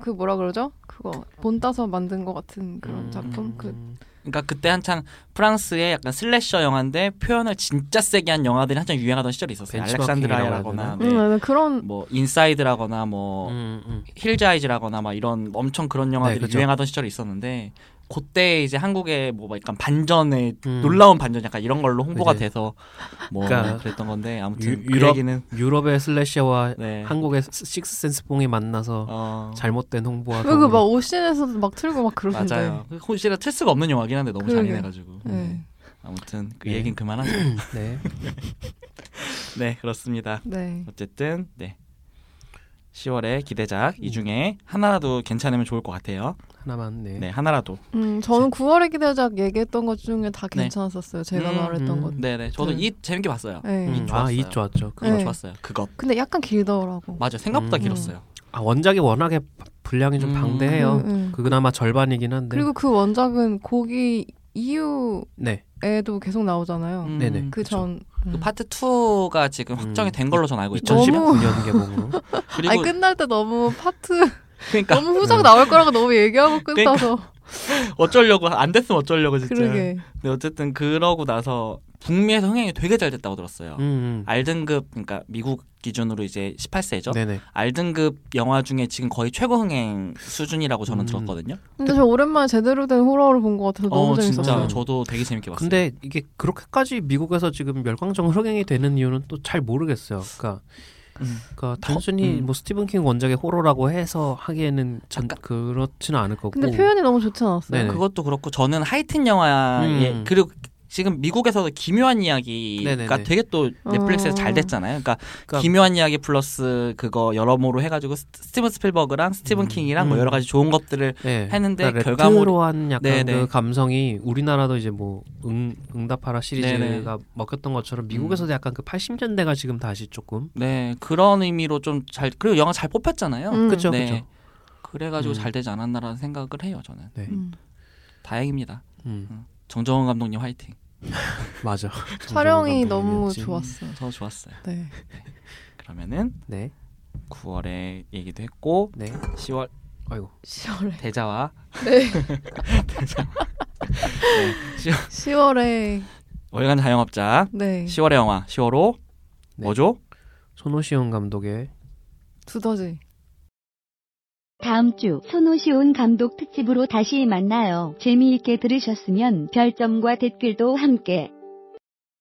Speaker 2: 그 뭐라 그러죠? 그거 본 따서 만든 것 같은 그런
Speaker 3: 음.
Speaker 2: 작품 그
Speaker 1: 그러니까 그때 한창 프랑스의 약간 슬래셔 영화인데 표현을 진짜 세게 한 영화들이 한창 유행하던 시절이 있었어요.
Speaker 3: 벤치마킹이라고
Speaker 1: 알렉산드라야라거나
Speaker 3: 해야
Speaker 1: 네.
Speaker 2: 음, 그런
Speaker 1: 뭐 인사이드라거나 뭐
Speaker 3: 음, 음.
Speaker 1: 힐자이즈라거나 막 이런 엄청 그런 영화들이
Speaker 3: 네, 그죠.
Speaker 1: 유행하던 시절이 있었는데 그때 이제 한국의 뭐막 약간 반전의
Speaker 3: 음.
Speaker 1: 놀라운 반전 약간 이런 걸로 홍보가
Speaker 3: 그지.
Speaker 1: 돼서 뭐그
Speaker 3: 그러니까
Speaker 1: 랬던 건데 아무튼
Speaker 3: 유-
Speaker 1: 그
Speaker 3: 유럽-
Speaker 1: 얘기는
Speaker 3: 유럽의 슬래시와
Speaker 1: 네.
Speaker 3: 한국의 스- 식스센스 뽕이 만나서
Speaker 1: 어,
Speaker 3: 잘못된 홍보와
Speaker 2: 왜 그
Speaker 3: 더불어
Speaker 2: 막 오신에서도 막 틀고 막 그러는데.
Speaker 1: 맞아요. 혼실에 틀 수가 없는 영화긴 한데 너무
Speaker 2: 그러게요.
Speaker 1: 잔인해가지고
Speaker 2: 네.
Speaker 3: 음.
Speaker 1: 네. 아무튼 그
Speaker 3: 네.
Speaker 1: 얘긴 그만하죠.
Speaker 3: 네.
Speaker 1: 네 그렇습니다.
Speaker 2: 네.
Speaker 1: 어쨌든 네 10월에 기대작 이 중에 하나라도 괜찮으면 좋을 것 같아요.
Speaker 3: 하나만 네.
Speaker 1: 네 하나라도.
Speaker 2: 음, 저는 9월의 기대작 얘기했던 것 중에 다
Speaker 1: 네.
Speaker 2: 괜찮았었어요. 제가
Speaker 1: 음,
Speaker 2: 말했던
Speaker 3: 음.
Speaker 2: 것.
Speaker 1: 네네 저도
Speaker 2: 네.
Speaker 1: 이 재밌게 봤어요.
Speaker 2: 네.
Speaker 3: 음,
Speaker 1: 좋았어요.
Speaker 3: 아이 좋았죠. 그-
Speaker 1: 그거
Speaker 2: 네.
Speaker 1: 좋았어요. 그것
Speaker 2: 근데 약간 길더라고.
Speaker 1: 맞아 생각보다
Speaker 3: 음.
Speaker 1: 길었어요.
Speaker 3: 아 원작이 워낙에 분량이 좀
Speaker 1: 음.
Speaker 3: 방대해요.
Speaker 2: 음, 음.
Speaker 3: 그나마 절반이긴
Speaker 1: 네.
Speaker 3: 한데.
Speaker 2: 그리고 그 원작은 고기 이후에도
Speaker 3: 네.
Speaker 2: 계속 나오잖아요.
Speaker 1: 음,
Speaker 3: 네네.
Speaker 1: 그,
Speaker 2: 그 전. 음.
Speaker 1: 파트 2가 지금 확정이
Speaker 3: 음.
Speaker 1: 된 걸로 전 알고 있죠.
Speaker 2: 너무-
Speaker 3: 2019년 개봉으로.
Speaker 1: 그리고
Speaker 2: 아니 끝날 때 너무 파트
Speaker 1: 그러니까
Speaker 2: 너무 후작 나올 거라고 너무 얘기하고 끝나서
Speaker 1: 어쩌려고 안 됐으면 어쩌려고 그러니까 진짜.
Speaker 2: 그러게.
Speaker 1: 근데 어쨌든 그러고 나서 북미에서 흥행이 되게 잘 됐다고 들었어요.
Speaker 3: 음, 음.
Speaker 1: 알 등급 그러니까 미국 기준으로 이제 18세죠.
Speaker 3: 네네.
Speaker 1: 알 등급 영화 중에 지금 거의 최고 흥행 수준이라고 저는
Speaker 3: 음.
Speaker 1: 들었거든요.
Speaker 2: 근데 저 오랜만에 제대로 된 호러를 본 것 같아서 너무
Speaker 1: 어 진짜
Speaker 2: 재밌었어요.
Speaker 3: 음.
Speaker 1: 저도 되게 재밌게 봤어요.
Speaker 3: 근데 이게 그렇게까지 미국에서 지금 열광적 흥행이 되는 이유는 또 잘 모르겠어요. 그러니까,
Speaker 1: 음.
Speaker 3: 그러니까 단순히
Speaker 1: 음.
Speaker 3: 뭐 스티븐 킹 원작의 호러라고 해서 하기에는 전
Speaker 1: 약간-
Speaker 3: 그렇지는 않을 거고.
Speaker 2: 근데 표현이 너무 좋지 않았어요.
Speaker 3: 네네.
Speaker 1: 아, 그것도 그렇고 저는 하이틴 영화에
Speaker 3: 음.
Speaker 1: 그리고 지금 미국에서도 기묘한 이야기가
Speaker 3: 네네네.
Speaker 1: 되게 또 넷플릭스에서
Speaker 2: 어.
Speaker 1: 잘 됐잖아요. 그러니까,
Speaker 3: 그러니까-
Speaker 1: 기묘한 이야기 플러스 그거 여러모로 해가지고 스- 스티븐 스필버그랑 스티븐
Speaker 3: 음.
Speaker 1: 킹이랑 뭐
Speaker 3: 음.
Speaker 1: 여러 가지 좋은 것들을
Speaker 3: 네.
Speaker 1: 했는데
Speaker 3: 그러니까
Speaker 1: 결과물이-
Speaker 3: 레트로한 약간
Speaker 1: 네네.
Speaker 3: 그 감성이 우리나라도 이제 뭐 응, 응답하라 시리즈가
Speaker 1: 네네. 음.
Speaker 3: 먹혔던 것처럼 미국에서도 약간 그 80년대가 지금 다시 조금
Speaker 1: 네 그런 의미로 좀 잘 그리고 영화 잘 뽑혔잖아요.
Speaker 2: 음.
Speaker 3: 그쵸
Speaker 1: 네.
Speaker 3: 그쵸.
Speaker 1: 그래가지고
Speaker 3: 음.
Speaker 1: 잘 되지 않았나라는 생각을 해요. 저는
Speaker 3: 네.
Speaker 2: 음.
Speaker 1: 다행입니다.
Speaker 3: 음,
Speaker 1: 정정원 감독님 화이팅.
Speaker 3: 맞아.
Speaker 2: 촬영이
Speaker 3: 정정은
Speaker 1: 예,
Speaker 2: 너무
Speaker 3: 감독님이었지.
Speaker 2: 좋았어.
Speaker 1: 저 좋았어요.
Speaker 2: 네.
Speaker 1: 그러면은
Speaker 3: 네.
Speaker 1: 9월에 얘기도 했고
Speaker 3: 네.
Speaker 1: 10월
Speaker 3: 아이고.
Speaker 2: 10월에
Speaker 1: 대자와
Speaker 2: 네.
Speaker 1: 네,
Speaker 2: 10월에
Speaker 1: 월간 자영업자
Speaker 2: 네.
Speaker 1: 10월의 영화 10월호
Speaker 3: 네.
Speaker 1: 뭐죠?
Speaker 3: 손오시온 감독의
Speaker 2: 두더지.
Speaker 4: 다음 주 손오시온 감독 특집으로 다시 만나요. 재미있게 들으셨으면 별점과 댓글도 함께